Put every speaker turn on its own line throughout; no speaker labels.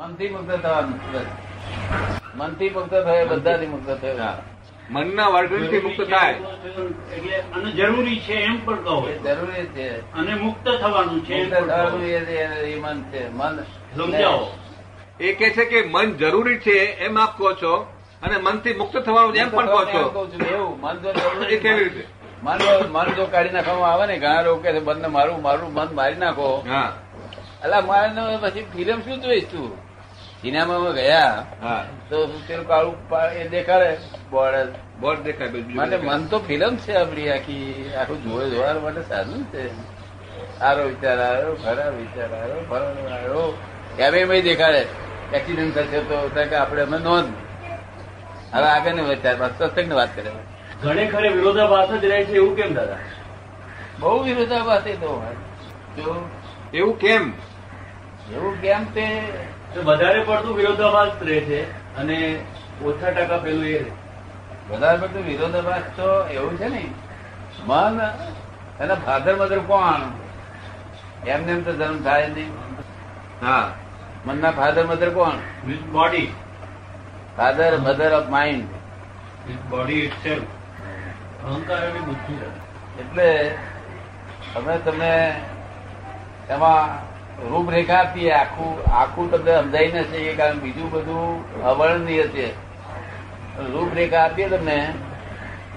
મનથી મુક્ત થવાનું બસ. મનથી મુક્ત થયો બધાથી મુક્ત થયો
મનના વર્તનથી મુક્ત થાય
એટલે અને જરૂરી છે એમ પણ કહો
એ જરૂરી છે
અને મુક્ત થવાનું છે એમ
મુક્ત
પણ
થવાનું
કહો
એ એ- એ મન છે મન
સમજાવો
એ કે છે કે મન જરૂરી છે એમ આપ કહો છો અને મનથી મુક્ત થવાનું એમ પણ કહો
એમ
છો
કહું છું, એવું મન જો જરૂરી
એ કેવી રીતે
મન જો- મન જો કાઢી નાખવામાં આવે ને ઘણા લોકો કહે છે મનને મારું મારું મન મારી નાખો
હા
અલા મારે પછી ફિલ્મ શું જોઈશ તું સિનેમામાં ગયા
હા
તો પેલું કાળું પા- એ દેખાડે બોર્ડ
બોર્ડ દેખાય બીજું
માટે
દેખાય.
મન તો ફિલ્મ છે આપણી આખી આખું જોવે જોવા માટે સાધન છે સારો વિચાર આવ્યો ખરાબ વિચાર આવ્યો ફરવાનો આવ્યો એમ એમ એ દેખાડે એક્સિડન્ટ થશે તો થાય કે આપણે અમે નોંધ હવે આગળ ને વિચાર બસ સત્સંગની વાત કરે
ઘણે ખરે વિરોધાભાસ જ રહે છે એવું કેમ દાદા
બહુ વિરોધાભાસ એ તો હોય. જો
એવું કેમ
એવું કેમ તે
તો વધારે પડતું વિરોધાભાસ રહે છે અને ઓછા ટકા પેલું એ રહે.
વધારે પડતું વિરોધાભાસ તો એવું છે ને મન અને ફાધર મધર કોણ એમને એમ તો જન્મ થાય નહીં
હા
મનના ફાધર મધર કોણ
His body,
father mother of mind
his body itself. અહંકાર અને બુદ્ધિ
એટલે અમે તમને એમાં રૂપરેખા આપીએ આખું આખું તમને સમજાય ન છે એ કારણ બીજું બધું અવર્ણનીય છે રૂપરેખા આપીએ તમને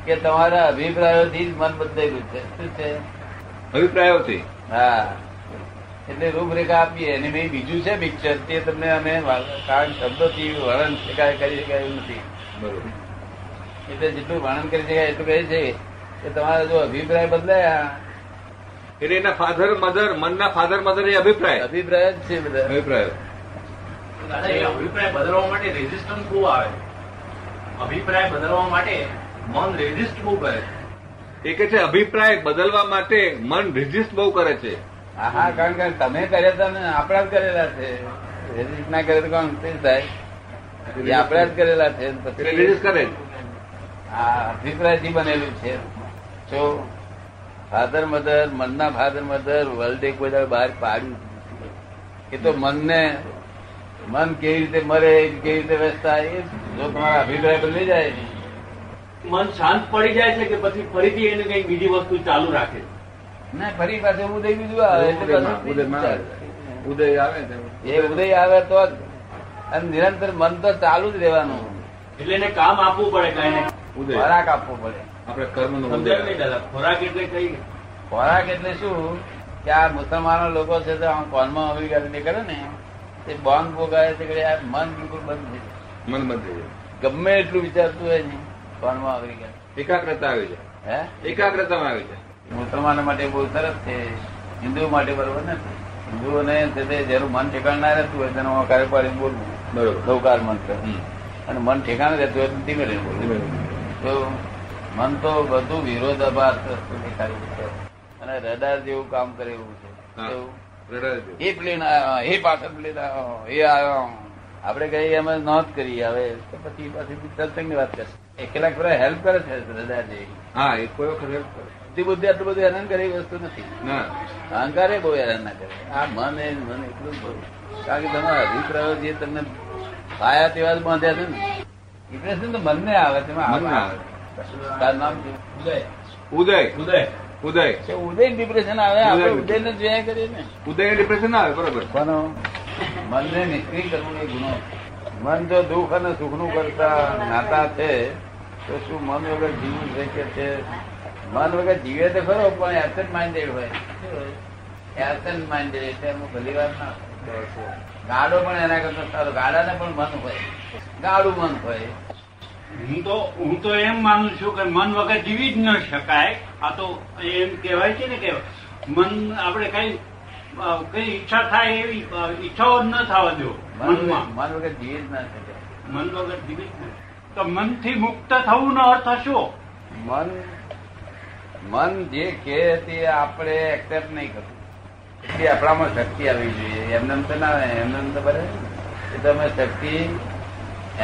કે તમારા અભિપ્રાયોથી જ મન બદલાયેલું છે શું છે
અભિપ્રાયોથી
હા એટલે રૂપરેખા આપીએ અને ભાઈ બીજું છે પિક્ચર તે તમને અમે વા- કારણ શબ્દોથી વર્ણન શકાય કરી શકાય એવું નથી
બરોબર
એટલે જેટલું વર્ણન કરી શકાય એટલું કહે છે કે તમારા જો અભિપ્રાય બદલાયા
એટલે એના ફાધર મધર મનના ફાધર મધર એ અભિપ્રાય
અભિપ્રાય જ છે બધા
અભિપ્રાયો
દાદા એ અભિપ્રાય બદલવા માટે રેઝિસ્ટન્સ બહુ આવે અભિપ્રાય બદલવા માટે મન રેઝિસ્ટ બહુ કરે
એ કે છે અભિપ્રાય બદલવા માટે મન રિઝિસ્ટ બહુ કરે છે
હા હા, કારણ કે તમે કર્યા હતા ને આપણા જ કરેલા છે રેઝિસ્ટ ના કરે તો કોણ તે થાય એ આપણા જ કરેલા છે ને
એટલે
પછી
રિઝિસ્ટ કરે જ
આ અભિપ્રાયથી બનેલું છે જો ફાધર મધર મનના ફાધર મધર વર્લ્ડે કોઈ દાડો બહાર પાડ્યું જ નથી. એ તો મનને મન કેવી રીતે મરે કેવી રીતે વેચતા એ જો તમારા અભિપ્રાય બદલી જાય ને,
મન શાંત પડી જાય છે કે પછી ફરીથી એને કઈ બીજી વસ્તુ ચાલુ રાખે
ના ફરી પાછું ઉદય બીજું આવે એટલે પાછું બીજું ચાલે.
ઉદય આવે ને
એ ઉદય આવે તો જ અને નિરંતર મન તો ચાલુ જ રહેવાનું
એટલે એને કામ આપવું પડે કાંઈ ને
ઉદય
ખોરાક આપવો પડે
આપણે કર્મ નો ઉદય
સમજાય નહીં દાદા ખોરાક એટલે કઈ
ખોરાક એટલે શું કે આ મુસલમાનો લોકો છે તો આમ કોનમાં આવી ગયા નીકળે ને તે બોન ભોગાવે છે કે આ મન બિલકુલ બંધ થઈ જાય.
મન બંધ
ગમે એટલું વિચારતું હોય ને કોનમાં આવી ગયા
એકાગ્રતા આવી જાય
હે
એકાગ્રતામાં આવી જાય
મુસલમાનો માટે બહુ સરસ છે હિન્દુઓ માટે બરોબર નથી હિન્દુઓને છે તે જેનું મન ઠેકાણ ના રહેતું હોય તેનું કાર્ય પાડીને બોલવું
બરોબર
ગૌકાર મંત્ર
હમ.
અને મન ઠેકાણે રહેતું હોય તો ધીમે રહીને બોલવું તો મન તો બધું વિરોધાભાસ વસ્તુ દેખાડ્યું છે અને રડાર જેવું કામ કરે એવું છે
હા.
કેવું?
રડાય છે.
એ પ્લેન આવ્યો એ પાછળ પ્લેન આવ્યો એ આવ્યો આપણે કહીએ અમે નોંધ કરી હવે તો પછી પાછી સત્સંગની વાત કરશે એ કેટલાક બધા હેલ્પ કરે છે રડાર જેવી
હા એ કોઈ વખત help કરે.
બુદ્ધિ બુદ્ધિ આટલું બધું હેરાન કરે એવી વસ્તુ નથી
ના
અહંકાર એ બહુ હેરાન ના કરે આ મન એ મન એટલું જ બહુ કારણ કે તમારા અભિપ્રાયો જે તમને પાયા તેવા જ બાંધ્યા છે ને ઇમ્પ્રેશન તો મનને આવે છે એમાં
મનને આવે.
તારું નામ શું?
ઉદય
ઉદય
ઉદય
ઉદય
છે ઉદય ડિપ્રેશન આવે આપણે
ઉદય
ઉદય ને જોયા કરીએ ને
ઉદય ડિપ્રેશન આવે બરોબર
પણ મનને નિષ્ક્રિય કરવું એ ગુનો મન જો દુઃખ અને સુખનું કરતા નાતા છે તો શું મન વગર જીવવું શક્ય છે મન વગર જીવે તો ખરો પણ એબસેન્ટ માઇન્ડેડ હોય એબસેન્ટ માઇન્ડેડ એટલે એમાં ભલી વાર ના હોય. ગાડો પણ એના કરતા સારો ગાડાને પણ મન હોય ગાડું મન હોય
હું તો હું તો એમ માનું છું કે મન વગર જીવી જ ન શકાય આ તો એમ કહેવાય છે ને કે મન આપણે કઈ અ, કઈ ઈચ્છા થાય એવી અ, ઈચ્છાઓ જ ન થવા દો
મન
મનમાં
મન વગર જીવે જ ના શકે
મન વગર જીવી જ ન તો મનથી મુક્ત થવું નો અર્થ શું
મન મન જે કે તે આપણે એક્સેપ્ટ નહીં કરવું એટલી આપણામાં શક્તિ આવી જોઈએ એમને એમ તો ના આવે એમને એમ તો બને એ તો અમે શક્તિ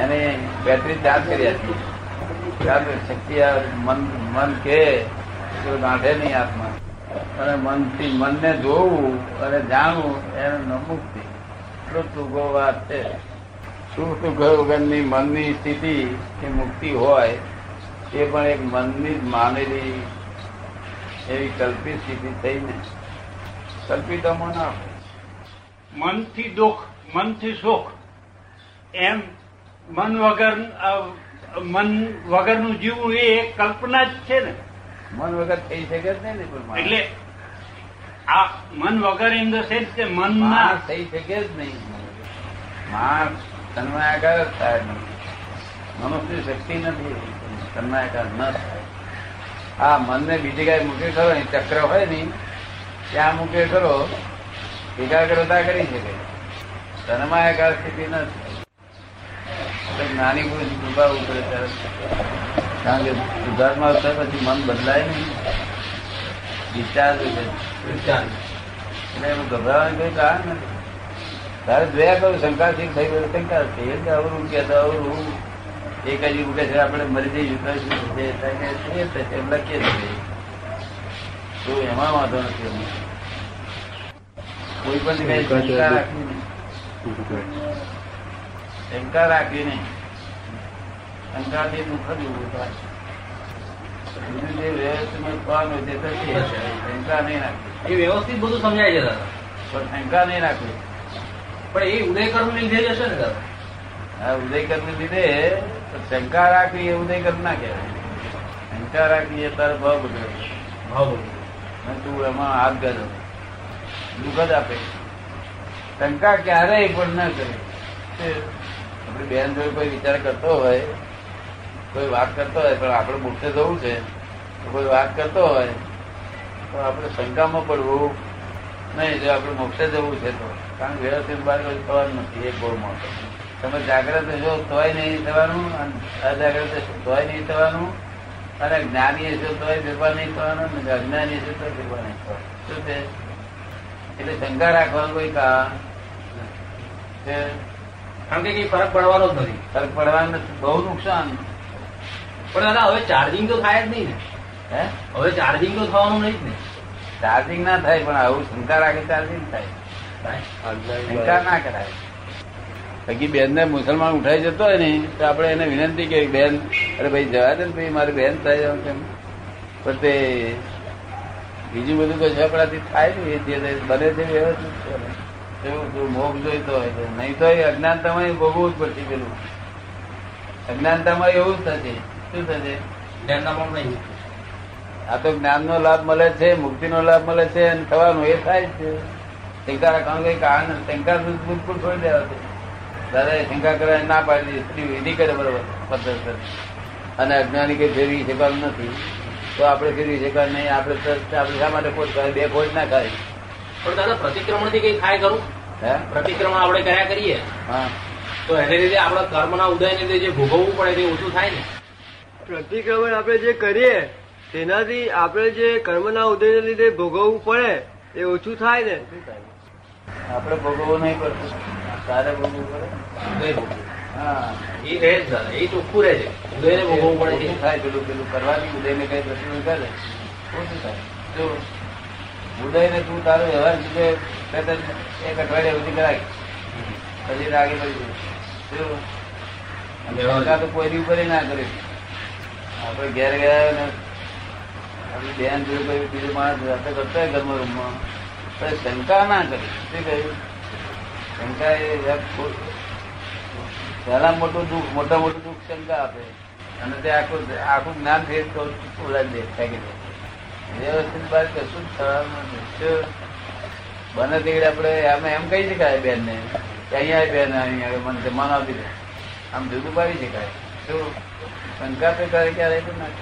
એને બેટરી ચાર્જ કરી આપી ચાર્જ શક્તિ આ મન મન કે તો ગાંઠે નહીં આત્મા અને મનથી મનને જોવું અને જાણવું એને ન મુક્તિ એટલું જ ટૂંકો વાત છે સુખ દુઃખ વગરની મનની સ્થિતિ કે મુક્તિ હોય એ પણ એક મનની જ માનેલી એવી કલ્પિત સ્થિતિ થઈને કલ્પિત આમાં ના હોય.
મનથી દુઃખ મનથી સુખ એમ મન વગર અ, મન વગરનું જીવવું એ એક કલ્પના જ છે ને
મન વગર થઈ શકે જ નહીં ને કોઈ માણસ.
એટલે આ મન વગર ઇન ધ સેન્સ કે મનના
માણસ થઈ શકે જ નહીં માણસ તન્માયાકાર જ થાય નહીં. મનુષ્યની શક્તિ નથી તન્માયાકાર ન થાય આ મનને બીજે કાંઈ મૂકે ખરો ને ચક્ર હોય ને ત્યાં મૂકે ખરો એકાગ્રતા કરી શકે તન્માયાકાર સ્થિતિ ન થાય એટલે જ્ઞાની પુરુષની કૃપા ઉપર કારણ કે સુધારમાં થયા પછી મન બદલાય નહીં ડિસ્ચાર્જ એટલે એનું ગભરાવાનું કઈ કારણ નથી તારે જોયા કરું શંકાશીલ થઈ ગયું શંકા છે એટલે અવરું કે તો અવરું એ કઈ મૂકે છે આપણે મરી જઈશું તો શું થશે તારે કે એ થશે એમ લખીએ છીએ તો એમાં વાંધો નથી અમને. કોઈ પણ કઈ શંકા રાખવી નહીં શંકા રાખવી નહીં શંકાથી દુઃખ જ ઊભું થાય બીજું જે વ્યવસ્થિતમાં થવાનું જે થશે શંકા નહીં રાખવી
એ વ્યવસ્થિત બધું સમજાય છે દાદા
પણ શંકા નહીં રાખવી
પણ એ ઉદયકર્મ લીધે જ હશે ને દાદા
આ ઉદયકરની લીધે તો શંકા રાખવી એ ઉદયકર ના કહેવાય શંકા રાખવી એ તારો ભાવ બગડે
ભાવ બોલો.
અને તું એમાં હાથ ગાજો દુઃખ જ આપે શંકા ક્યારેય પણ ન કરે તે આપણી બેન જોડે કોઈ વિચાર કરતો હોય કોઈ વાત કરતો હોય પણ આપણે મોટે જવું છે તો કોઈ વાત કરતો હોય તો આપણે શંકામાં પડવું નહીં જો આપણે મોક્ષે જવું છે તો કારણ કે વ્યવસ્થિત બાર કોઈ થવાનું નથી એ બહુ મોટો તમે જાગ્રત જો તોય નહીં થવાનું અને અજાગ્રત હશો તોય નહીં થવાનું અને જ્ઞાની હશો તોય ભેગા નહીં થવાનું અને અજ્ઞાની હશો તોય ભેગા નહીં થવાનું શું છે એટલે શંકા રાખવાનું કોઈ કારણ છે
કારણ કે કઈ ફરક પડવાનો જ નથી
ફરક પડવાનું નથી. બહુ નુકસાન
પણ દાદા હવે ચાર્જિંગ તો થાય જ નહીં ને
હે
હવે ચાર્જિંગ તો થવાનું નહીં જ ને
ચાર્જિંગ ના થાય પણ આવું શંકા રાખે ચાર્જિંગ થાય શંકા ના કરાય બાકી બેન ને મુસલમાન ઉઠાઈ જતો હોય ને તો આપણે એને વિનંતી કે બેન અરે ભાઈ જવા દે ને ભાઈ મારી બેન થાય છે એમ કેમ પણ તે બીજું બધું તો ઝઘડાથી થાય ને એ જે તે બને છે વ્યવસ્થિત છે ને. એવું જો મોગ જોઈતો હોય તો નહીં તો એ અજ્ઞાનતામાં એ ભોગવવું જ પડશે પેલું અજ્ઞાનતામાં એવું જ થશે શું થશે
ધ્યાનના પણ નહીં
આ તો જ્ઞાનનો લાભ મળે છે મુક્તિનો લાભ મળે છે અને થવાનું એ થાય જ છે શંકા રાખવાનું કઈ કારણ નથી. શંકા તો બિલકુલ છોડી દેવા છે દાદા શંકા કરવા ના પાડી દીધી. સ્ત્રી વિધિ કરે બરોબર પદ્ધતિસર. અને અજ્ઞાની કઈ ફેરવી શકવાનું નથી તો આપણે ફેરવી શકવાનું નહીં આપણે તો- આપણે શા માટે ખોટ ખાય બે ખોટ ના ખાય
પણ દાદા પ્રતિક્રમણથી કઈ થાય ખરું
હે
પ્રતિક્રમણ આપણે કર્યા કરીએ
હા
તો એને લીધે આપણા કર્મના ઉદયને લીધે જે ભોગવવું પડે તે ઓછું થાય ને
પ્રતિક્રમણ આપણે જે કરીએ તેનાથી આપણે જે કર્મના ઉદયને લીધે ભોગવવું પડે એ ઓછું થાય ને
આપણે ભોગવવું નહીં પડતું તારે ભોગવવું પડે
ઉદય ભોગવવું
હા
એ રહે જ દાદા એ ચોખ્ખું રહે છે ઉદયને ભોગવવું પડે
ઓછું
છે
થાય પેલું પેલું કરવાથી ઉદયને કઈ પ્રતિબંધ કરે ઓછું થાય જો ઉદયને તું તારો વ્યવહાર બીજે પેટર્ન એક અઠવાડિયા સુધી કરાય પછી રાગે પડી જાય. જો અને શંકા તો કોઈની ઉપર ના કરે આપણે ઘેર ગયા ને આપણી બેન જોડે કોઈ બીજો માણસ રાતે કરતો હોય ઘરમાં રૂમમાં તો એ શંકા ના કરી શું કહ્યું શંકા એ એક ખોટ. પહેલા મોટું દુઃખ મોટા મોટું દુઃખ શંકા આપે અને તે આખું આખું જ્ઞાન ફેર તો ઓલાદ દે ફેંકી દે વ્યવસ્થિત બાદ કશું જ થવાનું નથી શું? બને તેવી આપણે આમ એમ કહી શકાય બેનને કે અહીંયા આય બેન અહીંયા આય, મને જમવાનું આપી દે આમ જુદું પાડી શકાય શું શંકા તો કરે ક્યારે તો ના કરે.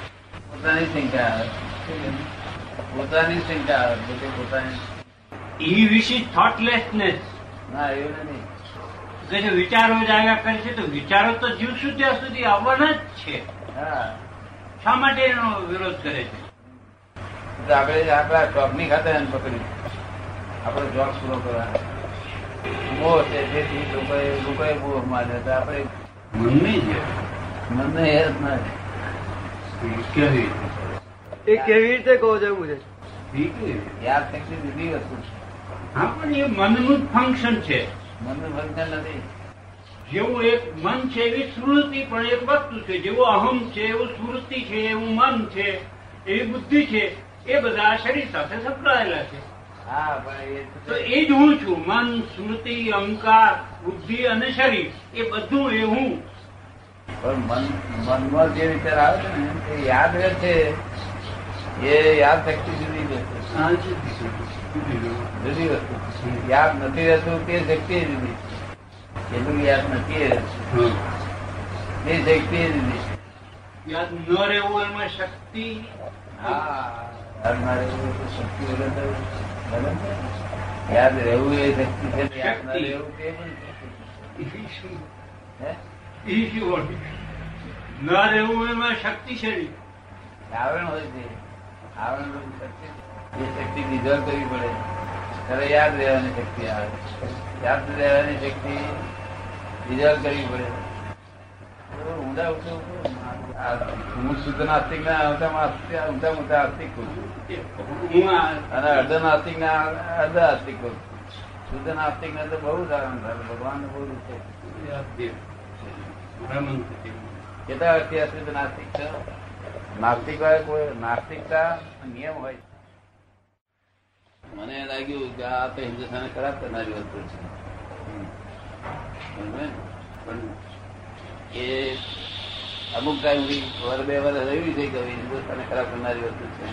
પોતાની શંકા આવે પોતાની શંકા આવે પોતે પોતાની
ઈ વિશ ઇઝ થોટલેસનેસ
ના એવું નથી
કે જે વિચારો જ આવ્યા કરે છે તો વિચારો તો જીવ શું ત્યાં સુધી આવવાના જ છે
હા
શા માટે એનો વિરોધ કરે છે
તો આપણે આપણા જોબની ખાતે એને પકડ્યું આપણો જોબ પૂરો કરવાનો મોહ છે તેથી લોકોએ લોકોએ મોહ માન્યો તો આપણે
મનની છે
મનને હેર ના થાય.
કેવી રીતે?
એ કેવી રીતે કહો છો મુજબ
ઈ કેવી રીતે?
યાદ શક્તિ બીજી વસ્તુ છે
હા પણ એ મનનું જ ફંક્શન છે
મનનું બંધન નથી
જેવું એક મન છે એવી સ્મૃતિ પણ એક વસ્તુ છે જેવું અહમ છે એવું સ્મૃતિ છે એવું મન છે એવી બુદ્ધિ છે એ બધા શરીર સાથે સંકળાયેલા છે
હા પણ એ
તો એ જ હું છું મન સ્મૃતિ અહંકાર બુદ્ધિ અને શરીર એ બધું એ હું
પણ મન મનમાં જે વિચાર આવે છે ને એ યાદ રહે છે એ યાદ શક્તિ જુદી જ વસ્તુ છે. જુદી વસ્તુ છે. યાદ નથી રહેતું તે શક્તિ એ જુદી છે. એટલું યાદ નથી એ રહેતું. તે શક્તિ એ જુદી છે.
યાદ ન રહેવું એમાં શક્તિ
હા યાદ ના રહેવું એ શક્તિ વગર તો બને છે. યાદ રહેવું એ શક્તિ છે ને યાદ ના
શક્તિ.
રહેવું તે પણ શક્તિ છે. હે?
એ શું હોય? ન રહેવું એમાં શક્તિ શરીર
આવરણ હોય છે આવરણ હોય છે. શક્તિ એ શક્તિ ડિઝોલ્વ કરવી પડે ત્યારે યાદ રહેવાની શક્તિ આવે યાદ રહેવાની શક્તિ ડિઝોલ્વ કરવી પડે તો ઊંડા ઊંચા ઊંચા આ હું શુદ્ધ નાસ્તિક ના આવતા માસ્તિક ઊંચા ઊંચા આસ્તિક કહું છું
હું આ
અને અર્ધ નાસ્તિક ના અર્ધ આસ્તિક કહું છું શુદ્ધ નાસ્તિક ના તો બહુ સારા ભગવાન બહુ છે
ભ્રમણ થતી.
કેટલા વર્ષથી અશુદ્ધ નાસ્તિક છે નાસ્તિક વાળા કોઈ નાસ્તિકતા નિયમ હોય છે. મને લાગ્યું કે આ તો હિન્દુસ્તાન ખરાબ કરનારી વસ્તુ છે સમજ્યો ને? પણ એ અમુક ટાઈમ વર બે વર રહ્યું છે કે હિન્દુસ્તાન ખરાબ કરનારી વસ્તુ છે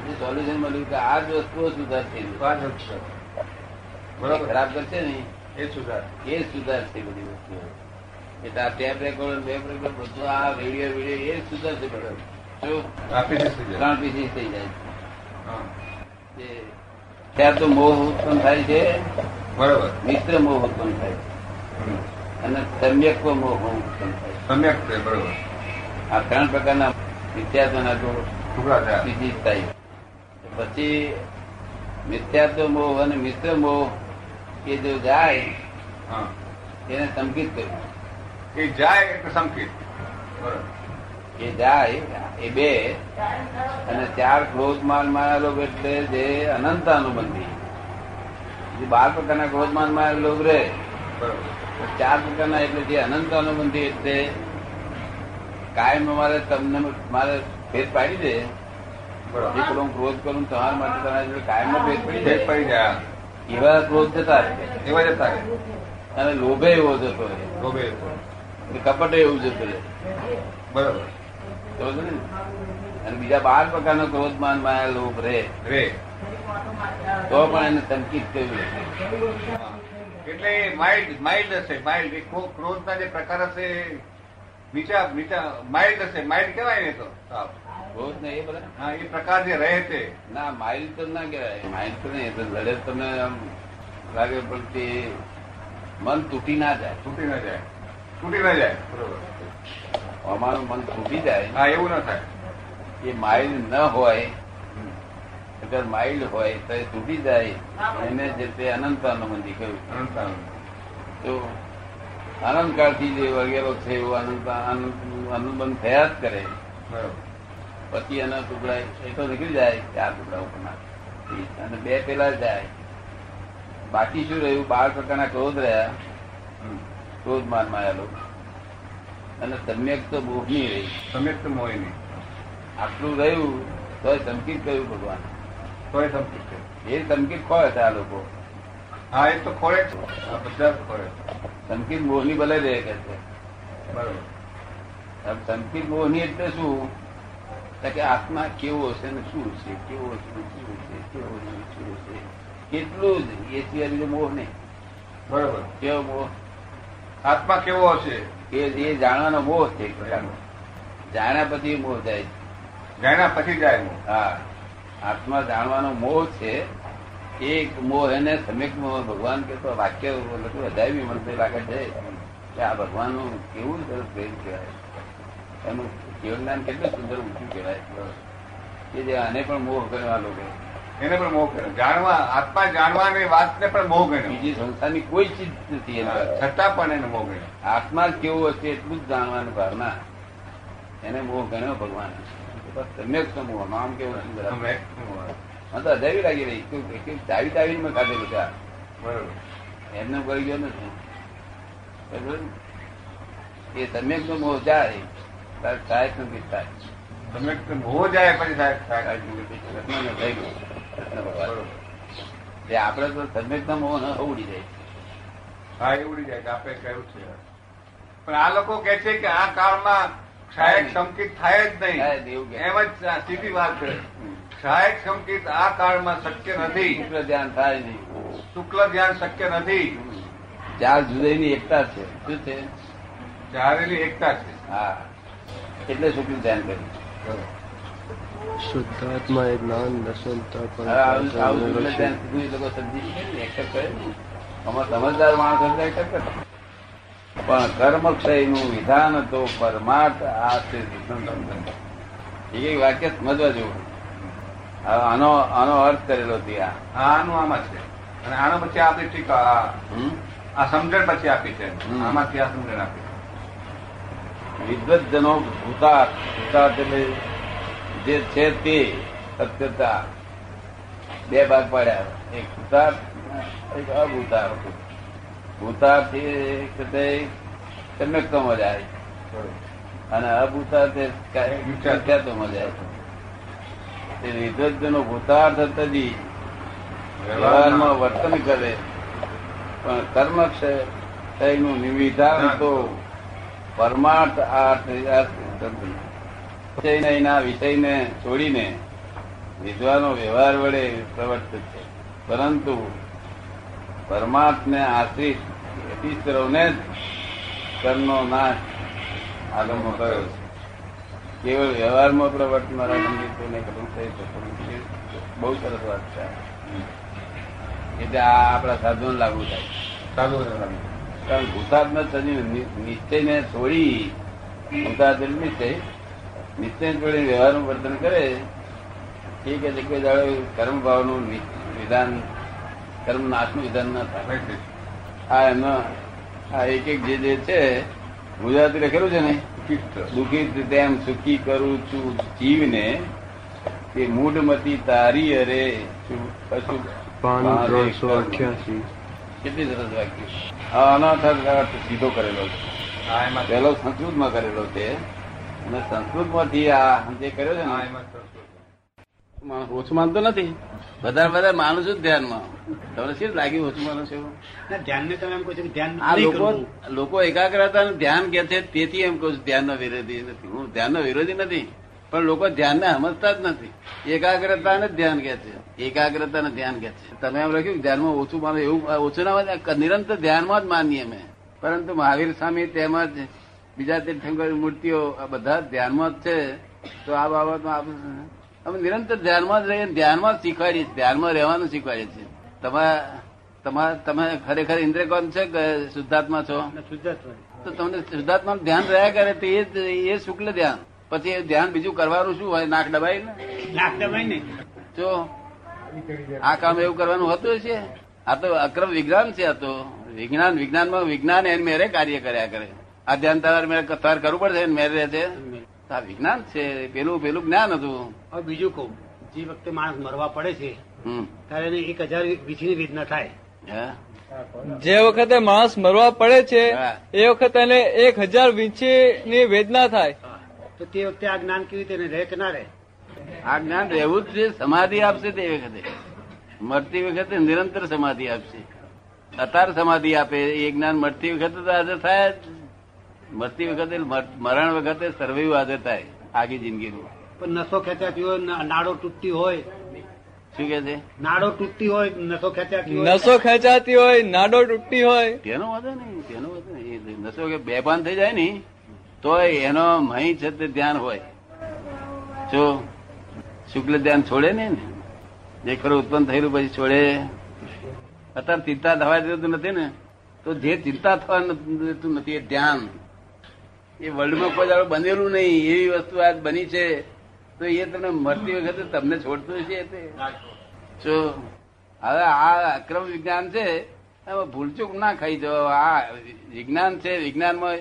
પછી સોલ્યુશન મળ્યું કે આ જ વસ્તુઓ સુધારશે હિન્દુસ્તાન.
બરાબર.
ખરાબ કરશે ને
એ સુધાર
એ જ સુધારશે બધી વસ્તુઓ એટલે આ ટેપ રેકોર્ડ વેબ રેકોર્ડ બધું આ વિડીયો વિડીયો એ જ સુધારશે બધું શું?
આપી દેશે જરા.
ત્રણ પીસી થઈ જાય
હા.
છે તે ત્યાં તો મોહ ઉત્પન્ન થાય છે
બરાબર
મિશ્ર મોહ ઉત્પન્ન થાય છે
હમ.
અને સમ્યક મોહ ઉત્પન્ન થાય છે
સમ્યક છે બરાબર
આ ત્રણ પ્રકારના મિથ્યાત્વના તો
ટુકડા થયા
બીજી થાય પછી મિથ્યાત્વ મોહ અને મિશ્ર મોહ એ જો જાય
હા
એને સંકિત કરવું
એ જાય એટલે સંકેત બરાબર
એ જાય એ બે અને ચાર ક્રોધ માલ માં લોક એટલે જે અનંત અનુબંધી જે બાર પ્રકારના ક્રોધ માલ માં લોક રહે
બરાબર
તો ચાર પ્રકારના એટલે જે અનંત અનુબંધી એટલે કાયમ મારે તમને મારે ભેદ પાડી દે
બરાબર
જે પેલો હું ક્રોધ કરું તમારા માટે તમારા જોડે કાયમ ભેદ પડી
ભેદ પડી ગયા
જાય એવા ક્રોધ જતા રહે
એવા જતા રહે.
અને લોભે એવો જતો રહે
તો બે તો.
અને કપટે એવું જતું રહે
બરાબર
સમજો ને? અને બીજા બાર પ્રકારનો ક્રોધ માન માયા લોભ રહે
રે
તો પણ એને સંકિત કર્યું
હા. એટલે માઇલ્ડ માઇલ્ડ હશે માઇલ્ડ એ ક્રો- ક્રોધના જે પ્રકાર હશે એ નીચા નીચા માઇલ્ડ હશે માઇલ્ડ કહેવાય ને તો સાવ.
રોજ ને એ બધા
હા એ પ્રકાર જે રહે તે
ના માઇલ તો ના કહેવાય માઇલ તો નહીં એ તો લડે તો તમને આમ લાગે પણ તે મન તૂટી ના જાય
છૂટી ન જાય છૂટી ન જાય બરોબર
અમારું મન તૂટી જાય
હા એવું ન થાય
એ માઇલ ન હોય અગર માઇલ હોય તો એ તૂટી જાય એને જે તે અનંતાનો મંદિર કહ્યું
અનંતાનંદ
તો અનંતકાળથી જે વગેરો છે એવું અનંત અનંત- અનુબંધ થયા જ કરે
બરાબર
પછી એના ટુકડા એ તો નીકળી જાય ચાર ટુકડા ઉપરના અને બે પેલા જાય બાકી શું રહ્યું બાર પ્રકારના ક્રોધ રહ્યા
હમ.
ક્રોધ માર માયા લોકો અને સમ્યક તો મોહની રહી
સમ્યક્ત મોહિની
આટલું રહ્યું તો સંકિત કર્યું ભગવાન
તોય સંપૂર્ણ છે
એ સંકિત ખોય છે આ લોકો
હા એ તો ખોરે જ. આ બધા જ ખોરે છે.
સંકિત મોહની ભલે રહે કે છે
બરાબર
હવે સંકિત મોહની એટલે શું તો કે આત્મા કેવો હશે ને શું હશે કેવો હશે ને શું હશે કેવો હશે ને શું હશે કેટલું જ એ સિવાય બીજો મોહ નહીં
બરાબર
કેવો મોહ
આત્મા કેવો હશે
એ એ જાણવાનો મોહ છે એક પ્રકારનો. જાણ્યા પછી મોહ જાય છે.
જાણ્યા પછી જાય એનું.
હા આત્મા જાણવાનો મોહ છે એક મોહ એને સમ્યક મોહ ભગવાન કે તો વાક્ય લખ્યું અજાયબી મને તો લાગે છે કે આ ભગવાનનું કેવું સરસ પ્રેમ કહેવાય એનું કેવું જ્ઞાન કેટલું સુંદર ઊંચું કહેવાય એ જે આને પણ મોહ કરવા લોકો
એને પણ મોહ કર્યો જાણવા આત્મા જાણવાની વાતને પણ મોહ ગણ્યો
બીજી સંસ્થાની કોઈ ચીજ નથી એના આગળ.
છતાં પણ એને મોહ ગણ્યો
આત્મા જ કેવો હશે એટલું જ જાણવાનું ભાવના એને મોહ ગણ્યો ભગવાન સમ્યક સમૂહ નામ કેવું સુંદર આપ્યું.
તમે-
મને તો અજાવી લાગી રહી કે કે ચાવી ચાવીને મેં ખાધેલું છે આ.
બરાબર
એમને કરી ગયો નથી બરોબર? એ તમે તો મોહ જાય તાર થાય તો નથી થાય
તમે હોવો જાય પછી સાહેબ
થાય
સાહેબ.
તો નથી થાય. રત્નનો ભય ગયો. રત્ન ભગવાન. એટલે આપણે તો તમે તો મોહ ન ઉડી જાય
હા એ ઉડી જાય કે આપે કહ્યું છે પણ આ લોકો કે છે કે આ કાળમાં સહાયક સંકિત થાય જ
થાય જ એવું
નહીં
કે.
એમ જ આ સીધી વાત છે સહાયક સંકિત આ કાળમાં શક્ય નથી
શુક્લ ધ્યાન થાય નહીં
શુક્લ ધ્યાન શક્ય નથી
ચાર જુદાઈની એકતા છે શું છે
ધારેલી એકતા છે
હા એટલે શુક્લ ધ્યાન કર્યું
શુદ્ધાત્મા એ જ્ઞાન નશંતા
હવે આવું આવું શુક્લ ધ્યાન કીધું એ લોકો સમજી શકે ને? accept કરે ને? આમાં સમજદાર માણસ હશે accept કરે. પણ કર્મક્ષયનું વિધાન તો પરમાર્થ આ છે દુષ્ટંતમ. એ કઈ વાક્ય સમજવા જેવું આ આનો આનો અર્થ કરેલો છે આ
આનું આમાં છે અને આનો પછી આપણી ટીકા આ-
હમ?
આ સમજણ પછી આપી છે
હમ.
આમાંથી આ સમજણ આપી છે.
વિદ્વજ્જનો ભૂતાત ભૂતાત એટલે જે છે તે સત્યતા બે ભાગ પાડ્યા એક ભૂતાત એક અભૂતાર ભૂતાત એ કદાચ સમ્યક્તમ જાય અને અભૂતાર્થ એ મિથ્યાત્મ જાય તે વિદ્વજ્જનો ભૂતાર્થ તજી વ્યવહારમાં વર્તન કરે પણ કર્મ છે તેનું નિવિધાન તો પરમાર્થ આ વિષયના વિષયને છોડીને વિદ્વાનો વ્યવહાર વડે પ્રવર્તે છે પરંતુ પરમાર્થને આશ્રિત ઈશ્વરોને જ કર્મનો નાશ આલંબો કર્યો છે કેવળ વ્યવહારમાં પ્રવર્તનારા સંગીતોને ઘણું થઈ શકતું નથી. બહુ સરસ વાત છે આ. એટલે આ આપણા સાધુને લાગુ થાય
ચાલુ રહેવાનું.
કારણ ભૂતાત્મા થતી નિ- નિશ્ચયને છોડી ભૂતાત્મ નિશ્ચય નિશ્ચય છોડી વ્યવહારનું વર્તન કરે એ કે છે કોઈ દાડો કર્મ ભાવનું નિ- વિધાન કર્મ નાશનું વિધાન ના થાય
બસ.
આ એમનો આ એક એક જે જે છે ગુજરાતી લખેલું છે ને
ચિત્ત.
દુઃખી તેમ સુખી કરું છું જીવને તે મૂઢમતી તારી અરે છું કશું
પાનું
ભારે
ત્રણસો
કરું.
અઠ્યાસી
કેટલી સરસ વાક્ય આ અનાથ અર્થ સીધો કરેલો છે
આ એમાં છે.
પહેલો સંસ્કૃતમાં કરેલો છે અને સંસ્કૃતમાંથી આ જે કર્યો છે
આ
ને
એમાં છે.
માણસ ઓછું માનતો નથી વધારે વધારે માનું છું જ ધ્યાનમાં તમને શું લાગ્યું ઓછું માનું છું
ના, ધ્યાનને તમે એમ કહો છો કે ધ્યાન
આ
નહીં
લોકો
કરવું.
લોકો એકાગ્રતા ધ્યાન કે છે તેથી એમ કહું છું ધ્યાનનો વિરોધી નથી હું ધ્યાનનો વિરોધી નથી પણ લોકો ધ્યાનને સમજતા જ નથી એકાગ્રતાને જ ધ્યાન કે છે એકાગ્રતાને ધ્યાન કે છે તમે એમ લખ્યું કે ધ્યાનમાં ઓછું માને એવું આ ઓછું ના માને નિરંતર ધ્યાનમાં જ માનીએ અમે પરંતુ મહાવીર સ્વામી તેમજ બીજા તીર્થંકર મૂર્તિઓ આ બધા જ ધ્યાનમાં જ છે તો આ બાબતમાં આપણે અમે નિરંતર ધ્યાનમાં જ રહીએ ધ્યાનમાં જ શીખવાડીએ છીએ ધ્યાનમાં રહેવાનું શીખવાડીએ છીએ તમારા તમા- તમે ખરેખર ઇન્દ્રિય કોમ છે કે શુદ્ધાત્મા છો
અને શુદ્ધાત્મા.
તો તમને શુદ્ધાત્મા ધ્યાન રહ્યા કરે તો એ જ- એ શુક્લ ધ્યાન પછી એ ધ્યાન બીજું કરવાનું શું હોય નાક દબાય ને
નાક દબાય ને
જો આ કામ એવું કરવાનું હતું છે આ તો અક્રમ વિજ્ઞાન છે આ તો વિજ્ઞાન વિજ્ઞાનમાં વિજ્ઞાન એને મેરે કાર્ય કર્યા કરે આ ધ્યાન તમારે મેરે તારે કરવું પડશે એને મેરે છે તો આ વિજ્ઞાન છે પેલું પેલું જ્ઞાન હતું
હવે બીજું કહું જે વખતે માણસ મરવા પડે છે
હમ
ત્યારે એને એક હજાર વીસીની વેદના થાય
હે?
જે વખતે માણસ મરવા પડે છે
હા.
એ વખતે એને એક હજાર ની વેદના થાય
તો તે વખતે આ જ્ઞાન કેવી રીતે એને રહે કે ના રહે
આ જ્ઞાન રહેવું જ છે સમાધિ આપશે તે વખતે મરતી વખતે નિરંતર સમાધિ આપશે અતાર સમાધિ આપે એ જ્ઞાન મરતી વખતે તો હાજર થાય જ મરતી વખતે મર- મરણ વખતે સર્વૈવ હાજર થાય આગી જિંદગીનું
પણ નસો ખેંચાતી હોય ન- નાડો તૂટતી હોય
શું કે છે
નાડો તૂટતી હોય નસો ખેંચાતી હોય
નસો ખેંચાતી હોય નાડો તૂટતી હોય
તેનો વાંધો નહીં તેનો વાંધો નહીં એ નસો કે બેભાન થઈ જાય ને તો એનો મહી છે તે ધ્યાન હોય જો શુક્લ ધ્યાન છોડે નહીં ને જે ખરું ઉત્પન્ન થયેલું પછી છોડે અત્યારે ચિંતા થવા દેતું નથી ને તો જે ચિંતા થવા ન- દેતું નથી એ ધ્યાન એ વર્લ્ડમાં કોઈ દાડો બનેલું નહીં એવી વસ્તુ આજ બની છે તો એ તમને મરતી વખતે તમને છોડતું છે તે જો હવે આ અક્રમ વિજ્ઞાન છે એમાં ભૂલચૂક ના ખાઈ જાઓ આ વિજ્ઞાન છે વિજ્ઞાનમાં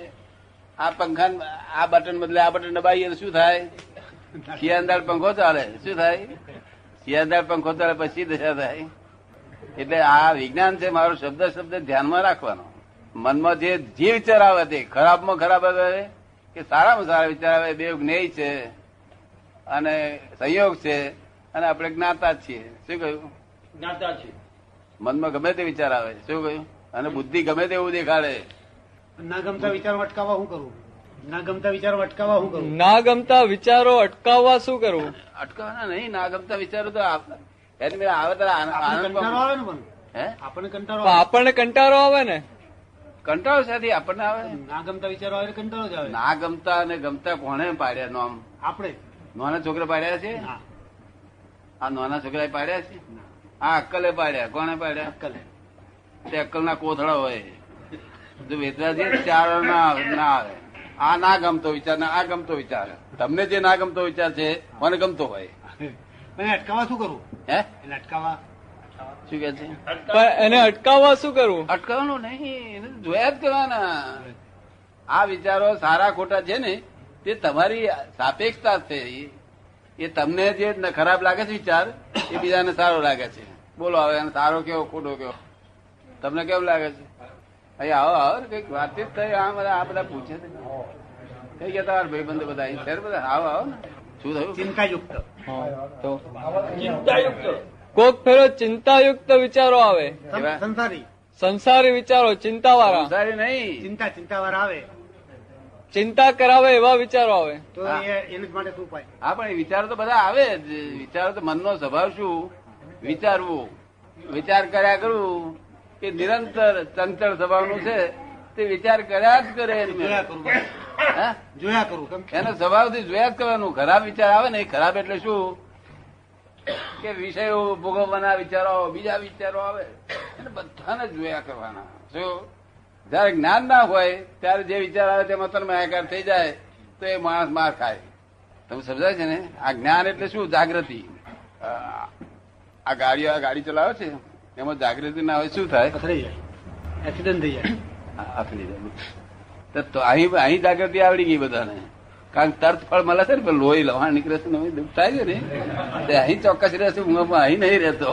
આ પંખા આ બટન બદલે આ બટન દબાવીએ તો શું થાય શિયાળદાળ પંખો ચાલે શું થાય શિયાળદાળ પંખો ચાલે પછી દશા થાય એટલે આ વિજ્ઞાન છે મારો શબ્દ શબ્દ ધ્યાનમાં રાખવાનો મનમાં જે જે વિચાર આવે તે ખરાબમાં ખરાબ આવે કે સારામાં સારા વિચાર આવે બે જ્ઞેય છે અને સંયોગ છે અને આપણે જ્ઞાતા જ છીએ શું કહ્યું
જ્ઞાતા છે
મનમાં ગમે તે વિચાર આવે શું કહ્યું અને બુદ્ધિ ગમે તેવું દેખાડે
ના ગમતા વિચારો અટકાવવા શું કરવું ના ગમતા વિચારો અટકાવવા શું કરવું
ના ગમતા વિચારો અટકાવવા શું કરવું
અટકાવાના નહીં ના ગમતા વિચારો તો આપ- એની મેળે આવે ત્યારે આનંદ-
આપણને
આનંદ
કંટાળો
પામો.
આવે ને પણ
હે
આપણને
પણ
કંટાળો આવે
આપણને કંટાળો આવે ને
કંટાળો સાથે આપણને આવે
ના ગમતા વિચારો આવે એટલે કંટાળો જ આવે
ના ગમતા અને ગમતા કોણે પાડ્યા નોમ
આપણે
નાના છોકરા પાડ્યા છે
હા
આ નાના છોકરાએ પાડ્યા છે આ અક્કલે પાડ્યા કોણે પાડ્યા
અક્કલ
તે અક્કલના કોથળા હોય જો વેદરાજી ચાર ના આવે ના આવે આ ના ગમતો વિચાર ને આ ગમતો વિચાર તમને જે ના ગમતો વિચાર છે મને ગમતો હોય
એને અટકાવવા શું કરવું
હે
એને અટકાવવા
શું કે છે
પણ એને અટકાવવા શું કરવું
અટકાવવાનું નહીં એને જોયા જ કરવાના આ વિચારો સારા ખોટા છે ને તે તમારી સાપેક્ષતા છે એ તમને જે ન- ખરાબ લાગે છે વિચાર એ બીજાને સારો લાગે છે બોલો હવે એને સારો કેવો ખોટો કેવો તમને કેવું લાગે છે અહીં આવો આવો કઈક વાતચીત થઈ આ બધા આ બધા પૂછે છે કઈ ગયા તમારા ભાઈબંધો બધા અહીં છે ને બધા આવો આવો ને શું થયું
ચિંતાયુક્ત
હા, તો
ચિંતાયુક્ત
કોક ફેરો ચિંતાયુક્ત વિચારો આવે
કેવા?
સંસારી
સંસારી વિચારો ચિંતાવાળા
સંસારી નહીં
ચિંતા ચિંતાવાર આવે
ચિંતા કરાવે એવા વિચારો આવે
તો
હા.
એ એને જ માટે શું ઉપાય
હા પણ એ વિચારો તો બધા આવે જ વિચારો તો મનનો સ્વભાવ શું વિચારવું વિચાર કર્યા કરવું એ નિરંતર ચંચળ સ્વભાવનું છે તે વિચાર કર્યા જ કરે એની
જોયા
મેળે.
કરું
હા?
જોયા કરું કેમ
એનો સ્વભાવથી જોયા જ કરવાનું ખરાબ વિચાર આવે ને એ ખરાબ એટલે શું કે વિષયો ભોગવવાના વિચારો બીજા વિચારો આવે એને બધાને જોયા કરવાના શું જયારે જ્ઞાન ના હોય ત્યારે જે વિચાર આવે તેમાં તમે આકાર થઈ જાય તો એ માણસ માર ખાય તમે સમજાય છે ને આ જ્ઞાન એટલે શું જાગૃતિ આ આ ગાડીઓ આ ગાડી ચલાવે છે એમાં જાગૃતિ ના હોય શું થાય
પથરાઈ જાય એક્સિડન્ટ થઈ જાય
આ આપી દીધા તો અહીં અહીં જાગૃતિ આવડી ગઈ બધાને કારણ કે તરત ફળ મળે છે ને પણ લોહી લવાણ નીકળે છે ને એમાં દુઃખ થાય છે ને તે અહીં ચોક્કસ રહેશે હું પણ અહીં નહીં રહેતો